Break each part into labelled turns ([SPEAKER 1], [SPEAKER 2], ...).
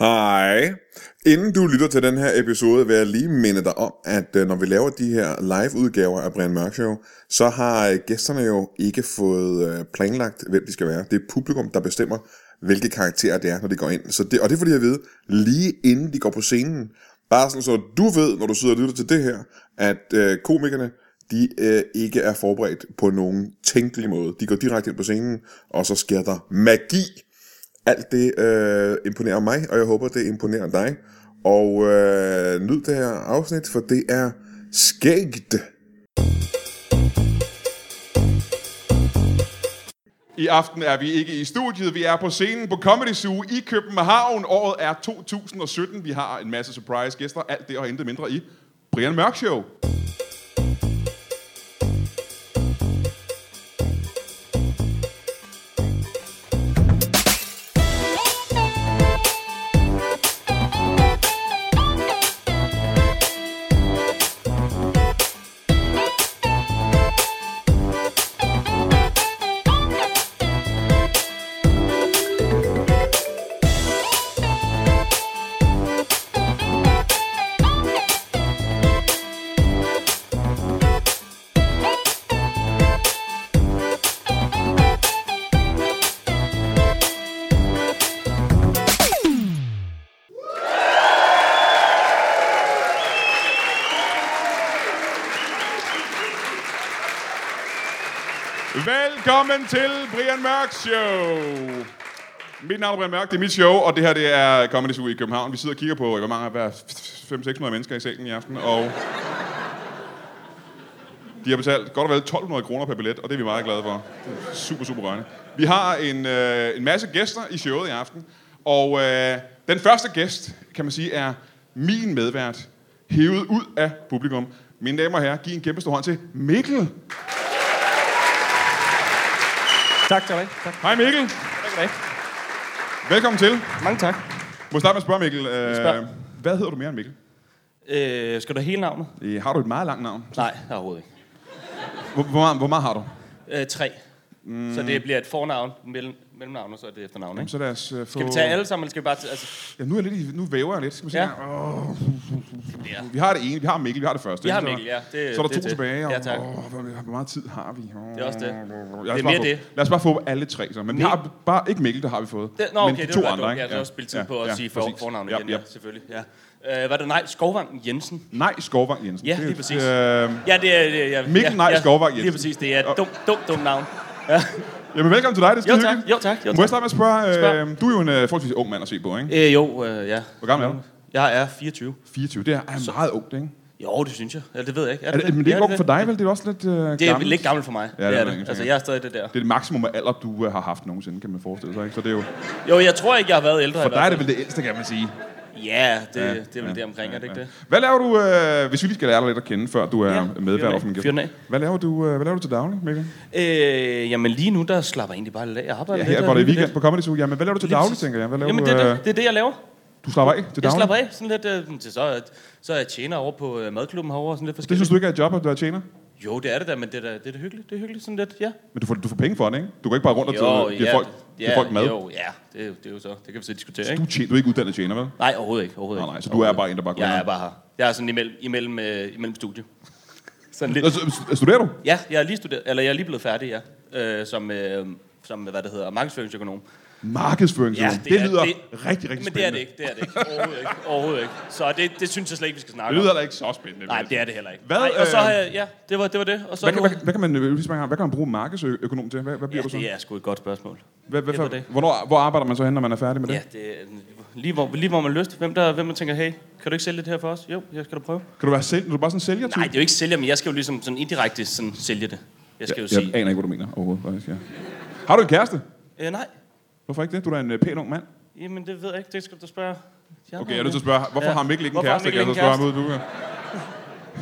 [SPEAKER 1] Hej. Inden du lytter til den her episode, vil jeg lige minde dig om, at øh, når vi laver de her live-udgaver af Brian Mørk Show, så har øh, gæsterne jo ikke fået øh, planlagt, hvem de skal være. Det er publikum, der bestemmer, hvilke karakterer det er, når de går ind. Så det, og det får de at vide, lige inden de går på scenen. Bare sådan, så du ved, når du sidder og lytter til det her, at øh, komikerne, de øh, ikke er forberedt på nogen tænkelig måde. De går direkte ind på scenen, og så sker der magi. Alt det øh, imponerer mig, og jeg håber, det imponerer dig. Og øh, nyd det her afsnit, for det er skægt.
[SPEAKER 2] I aften er vi ikke i studiet, vi er på scenen på Comedy Zoo i København. Året er 2017, vi har en masse surprise gæster, alt det og intet mindre i Brian Mørk Show. Velkommen til Brian Mørk Show. Mit navn er Brian Mørk, det er mit show, og det her det er Comedy Zoo i København. Vi sidder og kigger på, øh, hvor mange er 500-600 mennesker i salen i aften, og de har betalt godt og vel 1200 kroner per billet, og det er vi meget glade for. Det er super, super rørende. Vi har en, øh, en masse gæster i showet i aften, og øh, den første gæst, kan man sige, er min medvært, hævet ud af publikum. Mine damer og herrer, giv en kæmpe stor hånd til Mikkel.
[SPEAKER 3] Tak, skal du have. Tak.
[SPEAKER 2] Hej Mikkel,
[SPEAKER 3] Tak skal du have.
[SPEAKER 2] velkommen til.
[SPEAKER 3] Mange tak.
[SPEAKER 2] Må jeg starte med at spørge, Mikkel? Øh,
[SPEAKER 3] Spørg.
[SPEAKER 2] Hvad hedder du mere end Mikkel?
[SPEAKER 3] Øh, skal du have hele navnet?
[SPEAKER 2] Øh, har du et meget langt navn?
[SPEAKER 3] Nej, overhovedet ikke.
[SPEAKER 2] Hvor, hvor, meget, hvor meget har du?
[SPEAKER 3] Øh, tre. Mm. Så det bliver et fornavn, mellem, mellemnavn, og så er det efternavn, ikke?
[SPEAKER 2] Så lad os øh, få...
[SPEAKER 3] Skal vi tage alle sammen, eller skal vi bare tage... Altså,
[SPEAKER 2] Ja, nu, er jeg lidt i, nu væver jeg lidt. Skal vi se
[SPEAKER 3] Ja.
[SPEAKER 2] her? Åh,
[SPEAKER 3] ja.
[SPEAKER 2] vi har det ene, vi har Mikkel, vi har det første.
[SPEAKER 3] Vi har
[SPEAKER 2] ikke? Så-
[SPEAKER 3] Mikkel, ja. Det-
[SPEAKER 2] så er der
[SPEAKER 3] det
[SPEAKER 2] to
[SPEAKER 3] er det.
[SPEAKER 2] tilbage. Og,
[SPEAKER 3] Ja, tak.
[SPEAKER 2] Åh, hvor, hvor meget tid har vi? Åh,
[SPEAKER 3] Det er også det.
[SPEAKER 2] Lad os
[SPEAKER 3] Det er
[SPEAKER 2] bare
[SPEAKER 3] mere
[SPEAKER 2] få,
[SPEAKER 3] det.
[SPEAKER 2] Lad os bare få alle tre. Så. Men vi
[SPEAKER 3] Mi-
[SPEAKER 2] har bare ikke Mikkel, der har vi fået.
[SPEAKER 3] det, nå, okay,
[SPEAKER 2] men de
[SPEAKER 3] det
[SPEAKER 2] to
[SPEAKER 3] var
[SPEAKER 2] andre,
[SPEAKER 3] Jeg
[SPEAKER 2] ikke?
[SPEAKER 3] har også spillet tid på at sige for,
[SPEAKER 2] præcis.
[SPEAKER 3] fornavn
[SPEAKER 2] Ja,
[SPEAKER 3] igen,
[SPEAKER 2] ja.
[SPEAKER 3] ja, selvfølgelig. Ja. Øh, hvad er det? Nej, Skovvang Jensen.
[SPEAKER 2] Nej, Skovvang Jensen.
[SPEAKER 3] Ja,
[SPEAKER 2] Det er-
[SPEAKER 3] lige præcis.
[SPEAKER 2] Øh,
[SPEAKER 3] Ja, det er... Det er ja,
[SPEAKER 2] Mikkel
[SPEAKER 3] ja,
[SPEAKER 2] Nej
[SPEAKER 3] ja,
[SPEAKER 2] Skovvang
[SPEAKER 3] Lige
[SPEAKER 2] Jensen.
[SPEAKER 3] præcis, det er et dumt, dumt, dumt navn.
[SPEAKER 2] jamen, velkommen til dig, det er
[SPEAKER 3] Jo
[SPEAKER 2] skide
[SPEAKER 3] tak,
[SPEAKER 2] hyggeligt.
[SPEAKER 3] jo tak, jo
[SPEAKER 2] Må jeg
[SPEAKER 3] tak.
[SPEAKER 2] starte med at spørge, øh,
[SPEAKER 3] Spørg.
[SPEAKER 2] du er jo en øh, forholdsvis ung mand at se på, ikke?
[SPEAKER 3] Øh, jo, øh, ja.
[SPEAKER 2] Hvor gammel er du?
[SPEAKER 3] Jeg er 24.
[SPEAKER 2] 24, det er, er meget ungt, ikke?
[SPEAKER 3] Jo, det synes jeg. Ja, det ved jeg ikke.
[SPEAKER 2] Er det, men det er ikke ungt for dig, vel? Det er også lidt øh,
[SPEAKER 3] Det er
[SPEAKER 2] gammelt.
[SPEAKER 3] lidt gammelt for mig.
[SPEAKER 2] Ja, det
[SPEAKER 3] det er
[SPEAKER 2] er det,
[SPEAKER 3] det. Altså,
[SPEAKER 2] ja.
[SPEAKER 3] jeg er stadig det der.
[SPEAKER 2] Det er det maksimum af alder, du øh, har haft nogensinde, kan man forestille sig. Ikke? Så det er jo,
[SPEAKER 3] Jo, jeg tror ikke, jeg har været ældre. i
[SPEAKER 2] for
[SPEAKER 3] hvert
[SPEAKER 2] dig er det
[SPEAKER 3] fald.
[SPEAKER 2] vel det ældste, kan man sige. Det,
[SPEAKER 3] Ja, det, ja, det er vel ja, det omkring, ja, er det ikke det?
[SPEAKER 2] Hvad laver du, øh, hvis vi lige skal lære dig lidt at kende, før du er
[SPEAKER 3] Ja,
[SPEAKER 2] ja,
[SPEAKER 3] fyr den
[SPEAKER 2] medvært
[SPEAKER 3] af,
[SPEAKER 2] for min gæst?
[SPEAKER 3] fyr den af.
[SPEAKER 2] Hvad laver du, øh, hvad laver du til daglig, Mikkel?
[SPEAKER 3] Øh, jamen lige nu, der slapper jeg egentlig bare lidt af. Jeg arbejder
[SPEAKER 2] Ja,
[SPEAKER 3] lidt.
[SPEAKER 2] her var det weekend på Comedy Zoo. Jamen, hvad laver du til daglig, tænker jeg? Hvad laver
[SPEAKER 3] Jamen,
[SPEAKER 2] du,
[SPEAKER 3] det, er
[SPEAKER 2] øh,
[SPEAKER 3] det, det er det, jeg laver.
[SPEAKER 2] du slapper af til
[SPEAKER 3] Jeg
[SPEAKER 2] daglig?
[SPEAKER 3] slapper af sådan lidt. Øh, til så, så er jeg tjener over på øh, madklubben herovre. Sådan lidt
[SPEAKER 2] Det
[SPEAKER 3] forskelligt.
[SPEAKER 2] synes du ikke er et job, at du er tjener?
[SPEAKER 3] Jo, det er det da, men det er da, det er da hyggeligt. Det er hyggeligt sådan lidt, ja.
[SPEAKER 2] Men du får, du får penge for det, ikke? Du går ikke bare rundt og giver, giver folk, giver folk mad.
[SPEAKER 3] Jo, ja, det, er jo- det er jo så. Det kan vi så diskutere,
[SPEAKER 2] Du,
[SPEAKER 3] ikke?
[SPEAKER 2] er tjener, du er ikke uddannet tjener, vel?
[SPEAKER 3] Nej, overhovedet ikke. Overhovedet
[SPEAKER 2] Nej,
[SPEAKER 3] ikke.
[SPEAKER 2] nej, så du er bare en, der bare går
[SPEAKER 3] Jeg
[SPEAKER 2] ind.
[SPEAKER 3] er bare her. Jeg er sådan imellem, imellem, øh, imellem studie. Sådan lidt.
[SPEAKER 2] Nå, så- Studerer du?
[SPEAKER 3] Ja, jeg er lige, studeret, eller jeg er lige blevet færdig, ja. Øh, som, øh, som, hvad det hedder, markedsføringsøkonom.
[SPEAKER 2] Markedsføring,
[SPEAKER 3] Ja,
[SPEAKER 2] det,
[SPEAKER 3] det er-
[SPEAKER 2] lyder
[SPEAKER 3] det-
[SPEAKER 2] rigtig, rigtig
[SPEAKER 3] Men
[SPEAKER 2] spændende.
[SPEAKER 3] det er det ikke, det er det ikke. Overhovedet ikke. Overhovedet ikke. Så det, det synes jeg slet ikke, vi skal
[SPEAKER 2] Det
[SPEAKER 3] snakke
[SPEAKER 2] lyder
[SPEAKER 3] om.
[SPEAKER 2] da ikke så spændende.
[SPEAKER 3] Nej,
[SPEAKER 2] vel?
[SPEAKER 3] det er det heller ikke.
[SPEAKER 2] Hvad,
[SPEAKER 3] Nej, og så
[SPEAKER 2] øh,
[SPEAKER 3] har jeg, ja, det var det. Var det. Og så
[SPEAKER 2] Hvad kan,
[SPEAKER 3] nu,
[SPEAKER 2] hvad, hvad, kan man, øh, hvis man har- hvad kan man bruge markedsøkonom til? Hvad, hvad bliver
[SPEAKER 3] ja,
[SPEAKER 2] du så?
[SPEAKER 3] det er sgu et godt spørgsmål.
[SPEAKER 2] Hvad, hvad,
[SPEAKER 3] det var
[SPEAKER 2] for-
[SPEAKER 3] det.
[SPEAKER 2] Hvornår, hvor arbejder man så hen, når man er færdig med det?
[SPEAKER 3] Ja, det er, lige, hvor, lige hvor man har lyst. Hvem, der, hvem man tænker, hey, kan du ikke sælge lidt her for os? Jo, jeg skal da prøve.
[SPEAKER 2] Kan du være selv, du er bare sådan en sælger
[SPEAKER 3] Nej, det er jo ikke sælge, men jeg skal jo ligesom sådan indirekte sådan sælge det. Jeg skal jo
[SPEAKER 2] jeg,
[SPEAKER 3] sige,
[SPEAKER 2] jeg aner ikke, hvad du mener overhovedet. Faktisk, ja. Har du en kæreste?
[SPEAKER 3] øh, nej,
[SPEAKER 2] Hvorfor ikke det? Du er da en øh, pæn ung mand.
[SPEAKER 3] jamen det ved jeg ikke, det skal du da spørge. de andre
[SPEAKER 2] Okay, jeg er
[SPEAKER 3] om,
[SPEAKER 2] nødt til
[SPEAKER 3] ja.
[SPEAKER 2] at spørge, hvorfor
[SPEAKER 3] Ja.
[SPEAKER 2] har Mikkel ikke en
[SPEAKER 3] Hvorfor har
[SPEAKER 2] kæreste? Kan
[SPEAKER 3] Mikkel
[SPEAKER 2] jeg så
[SPEAKER 3] ikke
[SPEAKER 2] spørge
[SPEAKER 3] en
[SPEAKER 2] ham ud, du kan.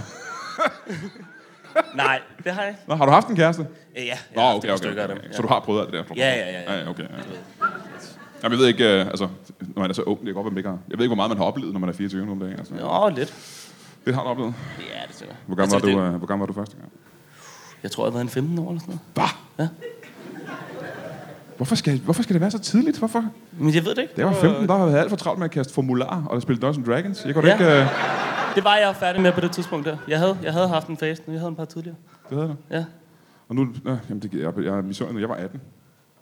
[SPEAKER 3] Nej, det har jeg ikke.
[SPEAKER 2] Nå, har du haft en kæreste?
[SPEAKER 3] Øh, ja,
[SPEAKER 2] Nå,
[SPEAKER 3] jeg har haft
[SPEAKER 2] okay,
[SPEAKER 3] et par
[SPEAKER 2] okay,
[SPEAKER 3] stykker af
[SPEAKER 2] okay,
[SPEAKER 3] dem,
[SPEAKER 2] okay.
[SPEAKER 3] ja.
[SPEAKER 2] Så du har prøvet alt det der?
[SPEAKER 3] Ja, ja, ja, ja.
[SPEAKER 2] ja okay, ja. Jamen, jeg ved ikke, øh, altså, når man er så ung, det kan godt være, man ikke har. Jeg ved ikke, hvor meget man har oplevet, når man er 24 nu om dagen. Altså.
[SPEAKER 3] Nå, lidt.
[SPEAKER 2] Det har du oplevet.
[SPEAKER 3] Ja, det tror jeg.
[SPEAKER 2] Hvor gammel,
[SPEAKER 3] Jeg tror,
[SPEAKER 2] var du,
[SPEAKER 3] Altså, det-
[SPEAKER 2] øh, hvor gammel var du første gang?
[SPEAKER 3] Jeg tror, jeg har været en 15 år eller sådan noget.
[SPEAKER 2] Hva?
[SPEAKER 3] Ja.
[SPEAKER 2] Hvorfor skal, hvorfor skal det være så tidligt? Hvorfor?
[SPEAKER 3] Men jeg ved det ikke.
[SPEAKER 2] Da jeg var
[SPEAKER 3] Det
[SPEAKER 2] 15, der havde jeg alt for travlt med at kaste formularer, og der spillede Dungeons Dragons. Jeg kunne da
[SPEAKER 3] Ja.
[SPEAKER 2] ikke... Øh,
[SPEAKER 3] Det var jeg færdig med på det tidspunkt der. Jeg havde, jeg havde haft en fase, men jeg havde en par tidligere.
[SPEAKER 2] det havde jeg da.
[SPEAKER 3] Ja,
[SPEAKER 2] Og nu... Øh, jamen, det, jeg, jeg, jeg, er misundelig. jeg var 18.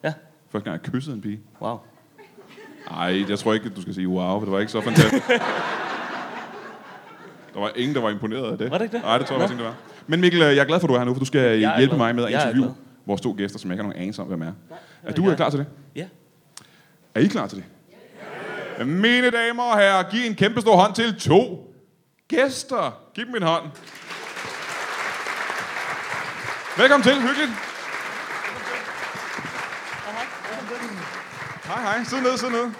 [SPEAKER 3] ja.
[SPEAKER 2] Første gang, jeg kyssede en pige.
[SPEAKER 3] Wow.
[SPEAKER 2] Nej, jeg tror ikke, du skal sige wow, for det var ikke så fantastisk. der var ingen, der var imponeret af det.
[SPEAKER 3] Var det ikke det?
[SPEAKER 2] Nej, det tror jeg
[SPEAKER 3] Nå.
[SPEAKER 2] faktisk ikke, det var. Men Mikkel, øh, jeg er glad for, at du er her nu, for du skal
[SPEAKER 3] Jeg er
[SPEAKER 2] hjælpe
[SPEAKER 3] glad.
[SPEAKER 2] mig med at
[SPEAKER 3] Jeg er
[SPEAKER 2] interviewe
[SPEAKER 3] glad.
[SPEAKER 2] vores to gæster, som jeg ikke har nogen anelse om, hvem er. Er
[SPEAKER 3] jeg
[SPEAKER 2] du
[SPEAKER 3] er.
[SPEAKER 2] er klar til det?
[SPEAKER 3] Ja.
[SPEAKER 2] Er I klar til det? Mine damer og herrer, giv en kæmpe stor hånd til to gæster. Giv dem en hånd. Velkommen til, hyggeligt. Hej, hej. Sid ned, sid ned.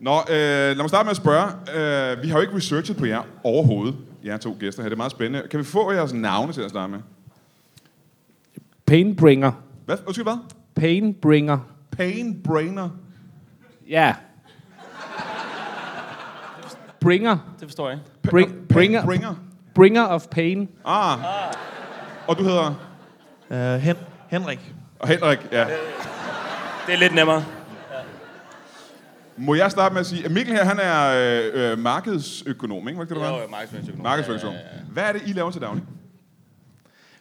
[SPEAKER 2] Nå, øh, lad mig starte med at spørge. Øh, vi har jo ikke researchet på jer overhovedet, jer to gæster her. Det er meget spændende. Kan vi få jeres navne til at starte med?
[SPEAKER 4] Painbringer.
[SPEAKER 2] Hvad? Undskyld, hvad?
[SPEAKER 4] Painbringer.
[SPEAKER 2] Pain Brainer.
[SPEAKER 4] Ja. Bringer.
[SPEAKER 3] Det forstår jeg ikke.
[SPEAKER 4] Bring-
[SPEAKER 2] Pain
[SPEAKER 4] bringer.
[SPEAKER 2] Bringer.
[SPEAKER 4] Bringer of pain.
[SPEAKER 2] Ah. Og du hedder?
[SPEAKER 5] Uh, Hen- Henrik.
[SPEAKER 2] Og Henrik, ja.
[SPEAKER 3] Det er lidt nemmere.
[SPEAKER 2] Må jeg starte med at sige, at Mikkel her, han er øh, øh, markedsøkonom, ikke? Var det det, du var?
[SPEAKER 3] markedsføringsøkonom.
[SPEAKER 2] Markedsøkonom. Hvad er det, I laver til daglig?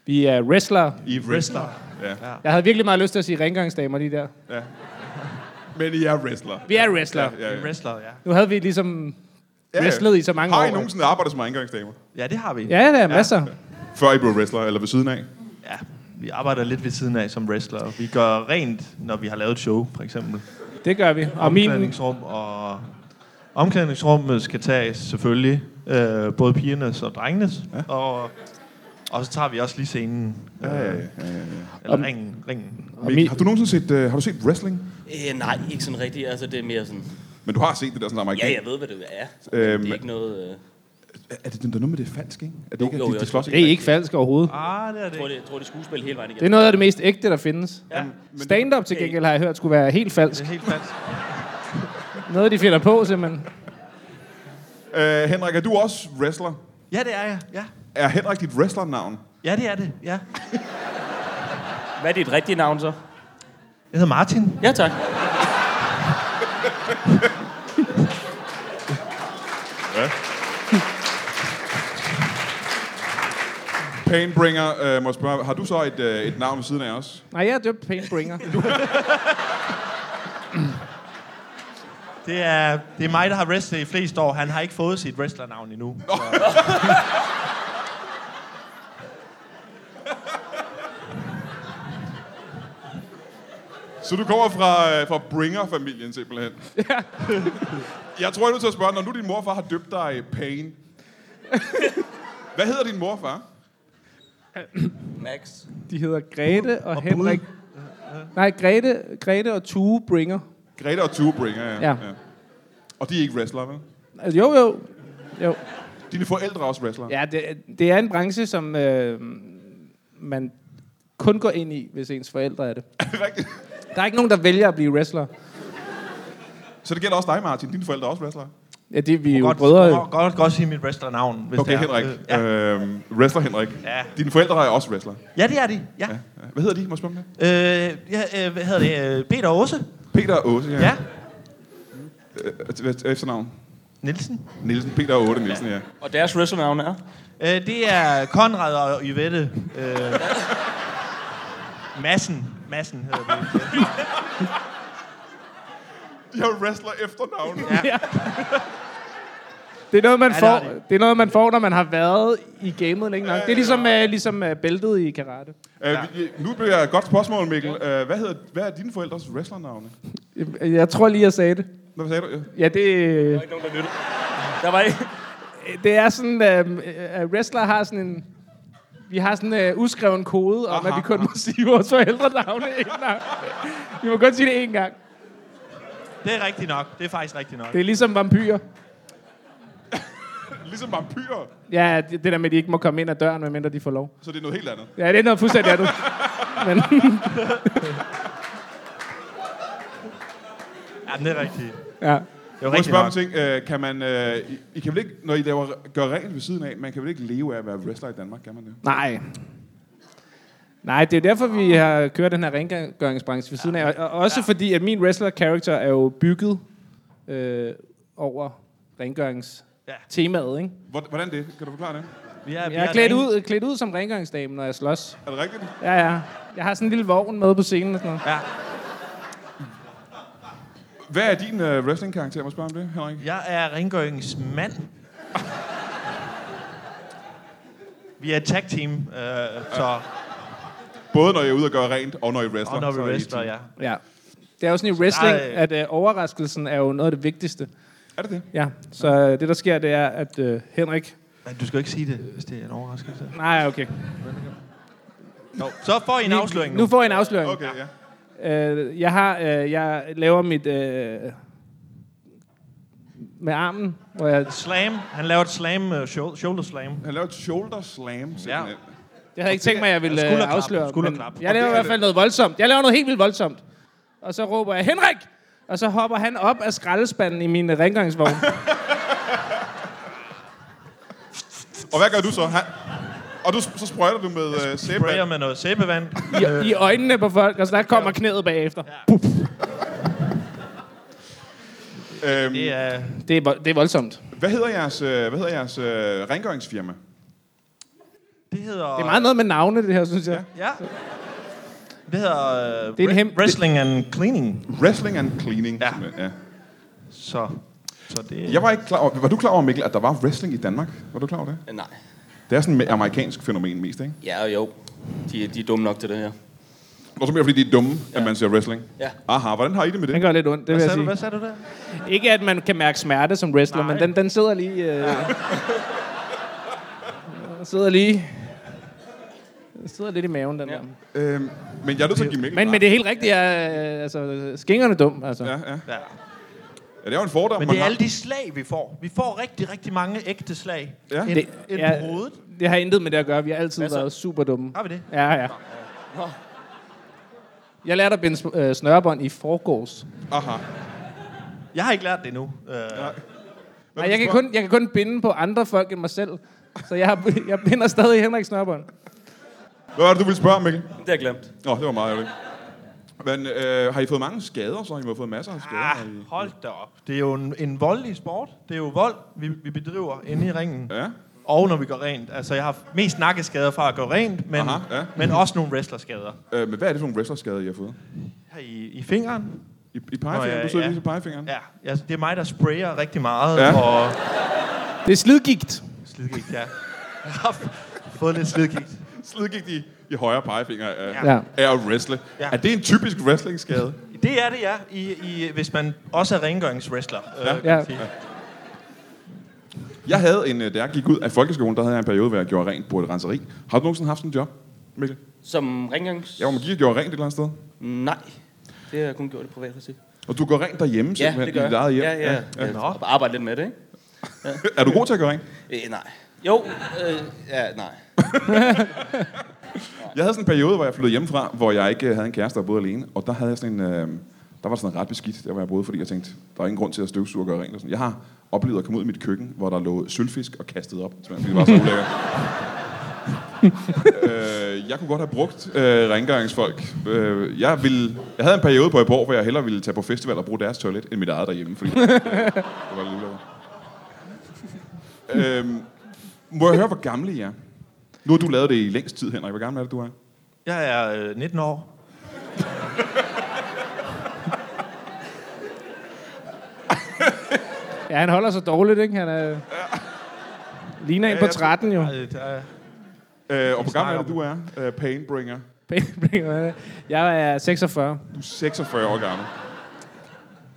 [SPEAKER 4] Vi er wrestler.
[SPEAKER 2] I er
[SPEAKER 5] Wrestler.
[SPEAKER 2] Ja.
[SPEAKER 4] Jeg havde virkelig meget lyst til at sige rengøringsdamer lige der.
[SPEAKER 2] Men I er wrestler.
[SPEAKER 4] Vi er wrestler.
[SPEAKER 2] Ja, ja.
[SPEAKER 5] Wrestler, ja.
[SPEAKER 4] Nu havde vi ligesom wrestlet i så mange
[SPEAKER 2] Har I
[SPEAKER 4] år.
[SPEAKER 2] nogensinde arbejdet som rengøringsdamer?
[SPEAKER 5] Ja, det har vi.
[SPEAKER 4] Ja, der er masser.
[SPEAKER 2] Før I blev wrestler, eller ved siden af?
[SPEAKER 5] ja. Vi arbejder lidt ved siden af som wrestler. Vi gør rent, når vi har lavet et show, for eksempel.
[SPEAKER 4] Det gør vi. Og min,
[SPEAKER 5] Omklædningsrum og... Omklædningsrummet skal tages selvfølgelig. Øh, både pigernes og drengenes. Ja. Og, og så tager vi også lige scenen. Øh,
[SPEAKER 2] Ja, ja, ja.
[SPEAKER 5] eller ringen. ringen.
[SPEAKER 4] og min,
[SPEAKER 2] Mikkel, har du nogensinde set, øh, har du set wrestling?
[SPEAKER 3] Øh, nej, ikke sådan rigtigt. Altså, det er mere sådan...
[SPEAKER 2] Men du har set det der sådan
[SPEAKER 3] Ja,
[SPEAKER 2] amerikansk.
[SPEAKER 3] jeg ved, hvad det er.
[SPEAKER 2] Øhm,
[SPEAKER 3] det er ikke noget... Øh,
[SPEAKER 2] Er det den der noget med det er falsk, ikke? Er det ikke,
[SPEAKER 3] jo,
[SPEAKER 2] at de,
[SPEAKER 3] jo,
[SPEAKER 2] de slås
[SPEAKER 4] det er ikke falsk overhovedet.
[SPEAKER 5] Ah, det er
[SPEAKER 3] jeg,
[SPEAKER 5] det.
[SPEAKER 3] tror,
[SPEAKER 5] ikke.
[SPEAKER 3] det, jeg tror, det er skuespil hele vejen
[SPEAKER 4] Det er
[SPEAKER 3] igennem.
[SPEAKER 4] noget af det mest ægte, der findes.
[SPEAKER 3] Ja.
[SPEAKER 4] Stand-up til gengæld har jeg hørt skulle være helt falsk.
[SPEAKER 5] Det er helt falsk.
[SPEAKER 4] Noget, de finder på simpelthen.
[SPEAKER 2] Øh, Henrik, er du også wrestler?
[SPEAKER 5] Ja, det er jeg. Ja.
[SPEAKER 2] Er Henrik dit wrestlernavn?
[SPEAKER 5] ja, det er det. Ja.
[SPEAKER 3] Hvad er dit rigtige navn så?
[SPEAKER 5] Jeg hedder Martin.
[SPEAKER 3] Ja, tak.
[SPEAKER 2] Painbringer, øh, må jeg spørge, har du så et, øh, et navn ved siden af os?
[SPEAKER 4] Nej, jeg er døbt painbringer.
[SPEAKER 5] Det er, det er mig, der har wrestlet i flest år. Han har ikke fået sit wrestlernavn endnu. Så.
[SPEAKER 2] Så du kommer fra, øh, fra Bringer-familien simpelthen? Ja. jeg tror, jeg er nødt til at spørge, når nu din morfar har døbt dig Pain, hvad hedder din morfar?
[SPEAKER 3] Max.
[SPEAKER 4] De hedder Grete og, og Henrik. Nej, Grete, Grete og Tue Bringer.
[SPEAKER 2] Greta og Tue Bringer, ja.
[SPEAKER 4] Ja.
[SPEAKER 2] Og de er ikke wrestlere, vel?
[SPEAKER 4] Altså, jo, jo. jo.
[SPEAKER 2] Dine forældre er også wrestlere.
[SPEAKER 4] Ja, det, det er en branche, som øh, man kun går ind i, hvis ens forældre er det.
[SPEAKER 2] Rigtigt.
[SPEAKER 4] Der er ikke nogen, der vælger at blive wrestler.
[SPEAKER 2] Så det gælder også dig, Martin. Dine forældre er også wrestlere.
[SPEAKER 4] Ja, det er vi jo
[SPEAKER 5] godt,
[SPEAKER 4] brødre.
[SPEAKER 5] Godt, godt, godt sige mit wrestlernavn, hvis
[SPEAKER 2] Okay,
[SPEAKER 5] det er.
[SPEAKER 2] Henrik.
[SPEAKER 5] Øh,
[SPEAKER 2] Ja.
[SPEAKER 5] Ja.
[SPEAKER 2] Øhm, wrestler Henrik.
[SPEAKER 5] Ja.
[SPEAKER 2] Dine forældre er også wrestlere.
[SPEAKER 5] ja, det er de.
[SPEAKER 2] Ja.
[SPEAKER 5] Ja.
[SPEAKER 2] ja. Hvad hedder de? Må jeg spørge om det?
[SPEAKER 5] ja. Øh, ja øh, hvad hedder det? Øh, Peter Aase?
[SPEAKER 2] Peter og Åse, ja.
[SPEAKER 5] Ja. ja.
[SPEAKER 2] Øh, Hvad er efternavn?
[SPEAKER 5] Nielsen?
[SPEAKER 2] Nielsen. Peter og Åse Nielsen, ja.
[SPEAKER 3] Og deres wrestlernavn er?
[SPEAKER 5] Øh, det er Konrad og Yvette. Øh, Massen. Massen hedder det.
[SPEAKER 2] De har wrestler efternavn.
[SPEAKER 4] Det er, noget, man
[SPEAKER 5] Ja, det
[SPEAKER 4] får,
[SPEAKER 5] har
[SPEAKER 4] det,
[SPEAKER 5] de.
[SPEAKER 4] det er noget, man får, når man har været i gamet længe nok. Det er ligesom, øh, ligesom øh, bæltet i karate.
[SPEAKER 2] Øh, vi- nu bliver jeg et godt spørgsmål, Mikkel. Øh, hvad, hedder, hvad er dine forældres wrestlernavne?
[SPEAKER 4] Jeg- Jeg tror lige, jeg sagde det.
[SPEAKER 2] Hvad sagde du? Ja.
[SPEAKER 4] Ja, det, øh,
[SPEAKER 3] Der var ikke nogen, der lyttede. Der var ikke...
[SPEAKER 4] det er sådan, øh, øh, øh, wrestler har sådan en... Vi har sådan en øh, uskreven kode om, at vi kun må sige vores forældrenavne én gang. Vi må kun sige det én gang.
[SPEAKER 5] Det er rigtigt nok. Det er faktisk rigtigt nok.
[SPEAKER 4] Det er ligesom vampyrer.
[SPEAKER 2] Ligesom vampyrer,
[SPEAKER 4] Ja, det, det der med, at de ikke må komme ind ad døren, medmindre de får lov.
[SPEAKER 2] så det er noget helt andet.
[SPEAKER 4] Ja, det er noget fuldstændig andet. Men
[SPEAKER 5] Ja, det er rigtigt.
[SPEAKER 4] ja,
[SPEAKER 5] Det er
[SPEAKER 2] Må jeg
[SPEAKER 5] rigtigt
[SPEAKER 2] spørge om
[SPEAKER 5] nok.
[SPEAKER 2] en ting? Øh, kan man, øh, I, I kan vel ikke, når I laver, gør rent ved siden af, man kan vel ikke leve af at være wrestler i Danmark, kan man det?
[SPEAKER 4] nej. Nej, det er jo derfor, vi har kørt den her rengøringsbranche ved siden af. Og, og også ja. fordi, at min wrestler-character er jo bygget øh, over
[SPEAKER 5] Ja.
[SPEAKER 4] rengøringstemaet, ikke?
[SPEAKER 2] Hvor- Hvordan det? Kan du forklare det?
[SPEAKER 5] Vi er, vi
[SPEAKER 4] Jeg er
[SPEAKER 5] et
[SPEAKER 4] klædt
[SPEAKER 5] ring-
[SPEAKER 4] ud, klædt ud som rengøringsdame, når jeg slås.
[SPEAKER 2] Er det rigtigt?
[SPEAKER 4] Ja, ja. Jeg har sådan en lille vogn med på scenen og sådan noget.
[SPEAKER 5] Ja.
[SPEAKER 2] Hvad er din øh, wrestling-karakter? Må jeg spørge om det, Henrik?
[SPEAKER 5] Jeg er rengøringsmand. vi er et tag team, øh, så,
[SPEAKER 2] Både når jeg er ude og gøre rent, og når jeg wrestler.
[SPEAKER 5] og når vi
[SPEAKER 2] så er I et
[SPEAKER 5] wrestler,
[SPEAKER 2] team.
[SPEAKER 5] ja.
[SPEAKER 4] Ja. Det er jo sådan i wrestling,
[SPEAKER 5] der er-
[SPEAKER 4] at øh, overraskelsen er jo noget af det vigtigste.
[SPEAKER 2] Er det det?
[SPEAKER 4] Ja, så øh, det der sker, det er, at øh, Henrik...
[SPEAKER 5] Men du skal jo ikke sige det, hvis det er en overraskelse.
[SPEAKER 4] Nej, okay.
[SPEAKER 5] No. Så får I en afsløring nu.
[SPEAKER 4] Nu får jeg en afsløring. Okay.
[SPEAKER 2] Okay, ja.
[SPEAKER 4] Øh, jeg, har, øh, jeg laver mit... Øh, med armen, hvor jeg...
[SPEAKER 5] Slam. Han laver et slam, øh, shou- shoulder slam.
[SPEAKER 2] Han laver et shoulder slam. simpelthen.
[SPEAKER 4] Det havde jeg ikke tænkt mig, jeg ville øh,
[SPEAKER 5] Skulderklap,
[SPEAKER 4] afsløre.
[SPEAKER 5] skulderklap.
[SPEAKER 4] Men jeg laver i hvert fald noget voldsomt. Jeg laver noget helt vildt voldsomt. Og så råber jeg, Henrik! Og så hopper han op af skraldespanden i min øh, rengøringsvogn.
[SPEAKER 2] Og hvad gør du så? Han... Og du, så sprøjter du med øh, sæbe.
[SPEAKER 5] Sprayer med noget sæbevand.
[SPEAKER 4] I, I øjnene på folk, og så der kommer knæet bagefter.
[SPEAKER 2] Øhm,
[SPEAKER 5] Det er
[SPEAKER 4] Det er, vo- det er voldsomt.
[SPEAKER 2] Hvad hedder jeres, øh, hvad hedder jeres øh, rengøringsfirma?
[SPEAKER 5] Det hedder...
[SPEAKER 4] Det er meget noget med navne, det her, synes jeg.
[SPEAKER 5] Ja. Det hedder uh,
[SPEAKER 4] Det er en hem-
[SPEAKER 5] Wrestling and Cleaning.
[SPEAKER 2] Wrestling and Cleaning.
[SPEAKER 5] Ja.
[SPEAKER 2] simpelthen, ja.
[SPEAKER 5] Så, så det
[SPEAKER 2] Jeg var ikke klar over, var du klar over, Mikkel, at der var wrestling i Danmark? Var du klar over det?
[SPEAKER 3] Øh, Nej.
[SPEAKER 2] Det er sådan et amerikansk fænomen mest, ikke?
[SPEAKER 3] Ja, jo. De, de er dumme nok til det her.
[SPEAKER 2] Og så mere fordi de er dumme, ja. at man ser wrestling.
[SPEAKER 3] Ja.
[SPEAKER 2] Aha, hvordan har I det med
[SPEAKER 4] Den
[SPEAKER 2] det?
[SPEAKER 4] gør lidt ondt, det vil
[SPEAKER 5] Hvad
[SPEAKER 4] jeg
[SPEAKER 5] sagde,
[SPEAKER 4] sige.
[SPEAKER 5] du, hvad sagde du der?
[SPEAKER 4] Ikke at man kan mærke smerte som wrestler, Nej. men den, den sidder lige... Øh, sidder lige... Den sidder lidt i maven, den ja.
[SPEAKER 3] Ja.
[SPEAKER 4] der.
[SPEAKER 2] Øhm, men jeg er nødt til at give Mikkel
[SPEAKER 4] Men,
[SPEAKER 2] ret.
[SPEAKER 4] men det er helt rigtigt, jeg, øh, altså, skingerne dum, altså. Ja.
[SPEAKER 2] Ja, ja.
[SPEAKER 5] Ja.
[SPEAKER 2] ja, det er jo en fordom,
[SPEAKER 5] Men
[SPEAKER 2] man
[SPEAKER 5] det er
[SPEAKER 2] har.
[SPEAKER 5] alle de slag, vi får. Vi får rigtig, rigtig mange ægte slag.
[SPEAKER 2] Ja.
[SPEAKER 5] En,
[SPEAKER 4] Det-
[SPEAKER 5] en
[SPEAKER 4] ja.
[SPEAKER 5] ja. på hovedet.
[SPEAKER 4] Det har intet med det at gøre, vi har altid
[SPEAKER 3] Hvad så?
[SPEAKER 4] været super dumme.
[SPEAKER 5] Har vi det?
[SPEAKER 4] Ja, ja. Jeg lærte at binde sm- øh, snørebånd i forgårs.
[SPEAKER 2] Aha.
[SPEAKER 5] Jeg har ikke lært det endnu. Uh, ja.
[SPEAKER 2] Hvad
[SPEAKER 4] Nej,
[SPEAKER 2] vil
[SPEAKER 4] jeg
[SPEAKER 2] du
[SPEAKER 4] kan,
[SPEAKER 2] spørge?
[SPEAKER 4] kun, jeg kan kun binde på andre folk end mig selv. Så jeg, har, jeg binder stadig Henrik snørebånd.
[SPEAKER 2] Hvad var det, du ville spørge om, Mikkel?
[SPEAKER 3] Det har jeg glemt.
[SPEAKER 2] Nå, det var meget ærgerligt. Men øh, har I fået mange skader, så? I må have fået masser af skader. har I...
[SPEAKER 5] Ah, hold da op. Det er jo en, en voldelig sport. Det er jo vold, vi, vi bedriver inde i ringen.
[SPEAKER 2] Ja.
[SPEAKER 5] Og når vi går rent. Altså, jeg har mest nakkeskader fra at gå rent, men,
[SPEAKER 2] Aha, ja.
[SPEAKER 5] men også nogle wrestlerskader.
[SPEAKER 2] Øh, men hvad er det for nogle wrestlerskader, I har fået?
[SPEAKER 5] Her i, i fingeren,
[SPEAKER 2] I, i pegefingeren?
[SPEAKER 5] Nå, ja,
[SPEAKER 2] du sidder
[SPEAKER 5] ja.
[SPEAKER 2] lige til pegefingeren.
[SPEAKER 5] Ja, ja, altså, det er mig, der sprayer rigtig meget,
[SPEAKER 2] Ja.
[SPEAKER 5] ja. og
[SPEAKER 4] Det er slidgigt.
[SPEAKER 5] slidgigt, ja. Jeg har f- fået lidt slidgigt.
[SPEAKER 2] Slidgik de i højre pegefinger af,
[SPEAKER 5] Ja.
[SPEAKER 4] Ja.
[SPEAKER 2] af at wrestle. Ja.
[SPEAKER 5] Ja.
[SPEAKER 2] Er det en typisk wrestlingskade?
[SPEAKER 5] Det er det, ja, i, i, hvis man også er rengøringswrestler. Øh, kan
[SPEAKER 4] Ja.
[SPEAKER 5] man sige.
[SPEAKER 2] Jeg havde en, øh, da jeg gik ud af folkeskolen, der havde jeg en periode, hvor jeg gjorde rent på et renseri. Har du nogensinde haft sådan et job, Mikkel?
[SPEAKER 3] Som rengørings...
[SPEAKER 2] Jeg var med og gjorde rent et eller andet sted.
[SPEAKER 3] Nej. Det har jeg kun gjort i privat regi.
[SPEAKER 2] Og du går rent derhjemme,
[SPEAKER 3] Ja,
[SPEAKER 2] simpelthen,
[SPEAKER 3] det gør
[SPEAKER 2] i dit eget
[SPEAKER 3] jeg.
[SPEAKER 2] hjem.
[SPEAKER 3] Ja, ja. ja.
[SPEAKER 5] Nå.
[SPEAKER 3] Jeg arbejder lidt med det, ikke?
[SPEAKER 2] Er du god til at gøre rent?
[SPEAKER 3] Øh, nej. Jo, øh, ja, nej.
[SPEAKER 2] Jeg havde sådan en periode, hvor jeg flyttede hjemmefra, hvor jeg ikke øh, havde en kæreste og boede alene. Og der havde jeg sådan en... Øh, der var sådan ret beskidt, der hvor jeg boede, fordi jeg tænkte, der er ingen grund til at støvsuge og gøre rent. Og sådan. Jeg har oplevet at komme ud i mit køkken, hvor der lå sølvfisk og kastet op, simpelthen, fordi det var så ulækkert. øh, jeg kunne godt have brugt øh, rengøringsfolk. Øh, jeg, ville, jeg havde en periode på Aalborg, hvor jeg hellere ville tage på festival og bruge deres toilet, end mit eget derhjemme, fordi øh, det var lidt ulækkert. øh, må jeg høre, hvor gamle I er? Nu har du lavet det i længst tid, Henrik. Hvor gammel er det, du er?
[SPEAKER 5] Jeg er øh, 19 år.
[SPEAKER 4] Ja, han holder sig dårligt, ikke? Han er... Ligner en på
[SPEAKER 2] jeg
[SPEAKER 4] 13, jo.
[SPEAKER 5] Øh, der er-
[SPEAKER 2] Øh, og hvor gammel er det,
[SPEAKER 5] snakker
[SPEAKER 2] du er? Øh, Painbringer.
[SPEAKER 4] Jeg er 46.
[SPEAKER 2] Du er 46 år gammel.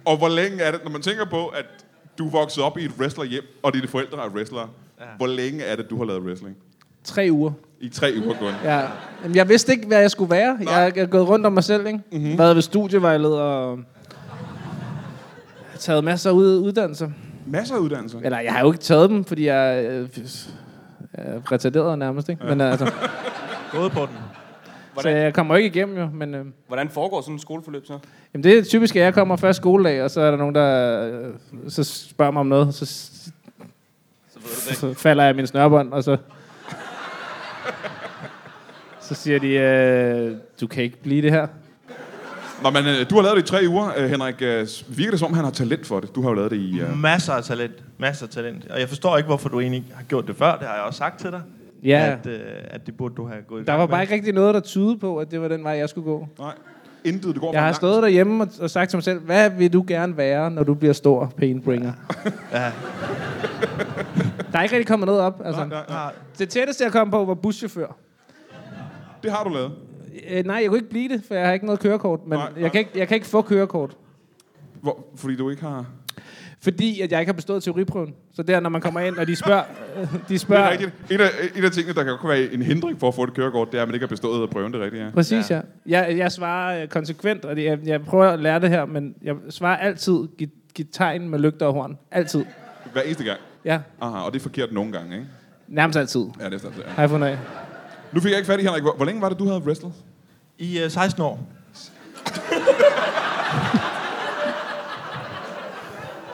[SPEAKER 2] Og hvor længe er det, når man tænker på, at du er vokset op i et wrestlerhjem, og dine forældre er wrestlere. Ja.
[SPEAKER 5] Ja.
[SPEAKER 2] Hvor længe er det, du har lavet wrestling?
[SPEAKER 4] Tre uger.
[SPEAKER 2] I tre uger kun.
[SPEAKER 4] Ja. Jamen, jeg vidste ikke, hvad jeg skulle være. Jeg er gået rundt om mig selv, ikke? Mm-hmm. Været ved studievejleder og... Taget masser af ud- uddannelser.
[SPEAKER 2] Masser af uddannelser.
[SPEAKER 4] Eller, jeg har jo ikke taget dem, fordi jeg... Øh, er retarderet nærmest, ikke? Men, altså,
[SPEAKER 5] Gået på den.
[SPEAKER 4] så jeg kommer ikke igennem, jo. Men, øh,
[SPEAKER 3] Hvordan foregår sådan en skoleforløb så?
[SPEAKER 4] jamen, det er typisk, at jeg kommer først skoledag, og så er der nogen, der øh, så spørger mig om noget. Så, s-
[SPEAKER 3] Så ved du det.
[SPEAKER 4] så falder jeg i min snørbånd, og så... Så siger de, øh, du kan ikke blive det her.
[SPEAKER 2] Nå, men øh, du har lavet det i tre uger, øh, Henrik. Øh, virker det som, om, han har talent for det? Du har jo lavet det i... Øh...
[SPEAKER 5] Masser af talent. Masser af talent. Og jeg forstår ikke, hvorfor du egentlig ikke har gjort det før. Det har jeg også sagt til dig.
[SPEAKER 4] Ja.
[SPEAKER 5] At, øh, at det burde du have gået i
[SPEAKER 4] Der
[SPEAKER 5] gang
[SPEAKER 4] var
[SPEAKER 5] med.
[SPEAKER 4] bare ikke rigtig noget, der tydede på, at det var den vej, jeg skulle gå.
[SPEAKER 2] Nej, intet. Det går
[SPEAKER 4] Jeg
[SPEAKER 2] bare
[SPEAKER 4] har
[SPEAKER 2] langt.
[SPEAKER 4] stået derhjemme og, og sagt til mig selv, hvad vil du gerne være, når du bliver stor painbringer?
[SPEAKER 5] Ja.
[SPEAKER 4] Der er ikke rigtig kommet noget op. Altså.
[SPEAKER 2] Nej, nej.
[SPEAKER 5] Nej,
[SPEAKER 4] Det tætteste, jeg kom på, var buschauffør.
[SPEAKER 2] Det har du lavet.
[SPEAKER 4] Øh, nej, jeg kunne ikke blive det, for jeg har ikke noget kørekort.
[SPEAKER 2] Nej,
[SPEAKER 4] Men nej,
[SPEAKER 2] nej.
[SPEAKER 4] nej. Jeg, kan ikke, jeg kan ikke få kørekort.
[SPEAKER 2] Hvor, fordi du ikke har...
[SPEAKER 4] Fordi at jeg ikke har bestået teoriprøven. Så der, når man kommer ind, og de spørger... de
[SPEAKER 2] Det er
[SPEAKER 4] spørger
[SPEAKER 2] rigtigt. En af, en af tingene, der kan godt være en hindring for at få et kørekort, det er, at man ikke har bestået af prøven det rigtige. Ja.
[SPEAKER 4] Præcis, ja. ja. Jeg, jeg svarer øh, konsekvent, og det, jeg, jeg prøver at lære det her, men jeg svarer altid gi- gi- tegn med lygter og horn. Altid.
[SPEAKER 2] Hver eneste gang.
[SPEAKER 4] Ja,
[SPEAKER 2] Aha, og det er forkert nogle gange, ikke?
[SPEAKER 4] nærmest altid.
[SPEAKER 2] Ja, det er sådan, det er.
[SPEAKER 4] Har jeg fundet af.
[SPEAKER 2] Nu fik jeg ikke fat i Henrik. Hvor, hvor længe var det, du havde wrestlet?
[SPEAKER 5] I øh, 16 år.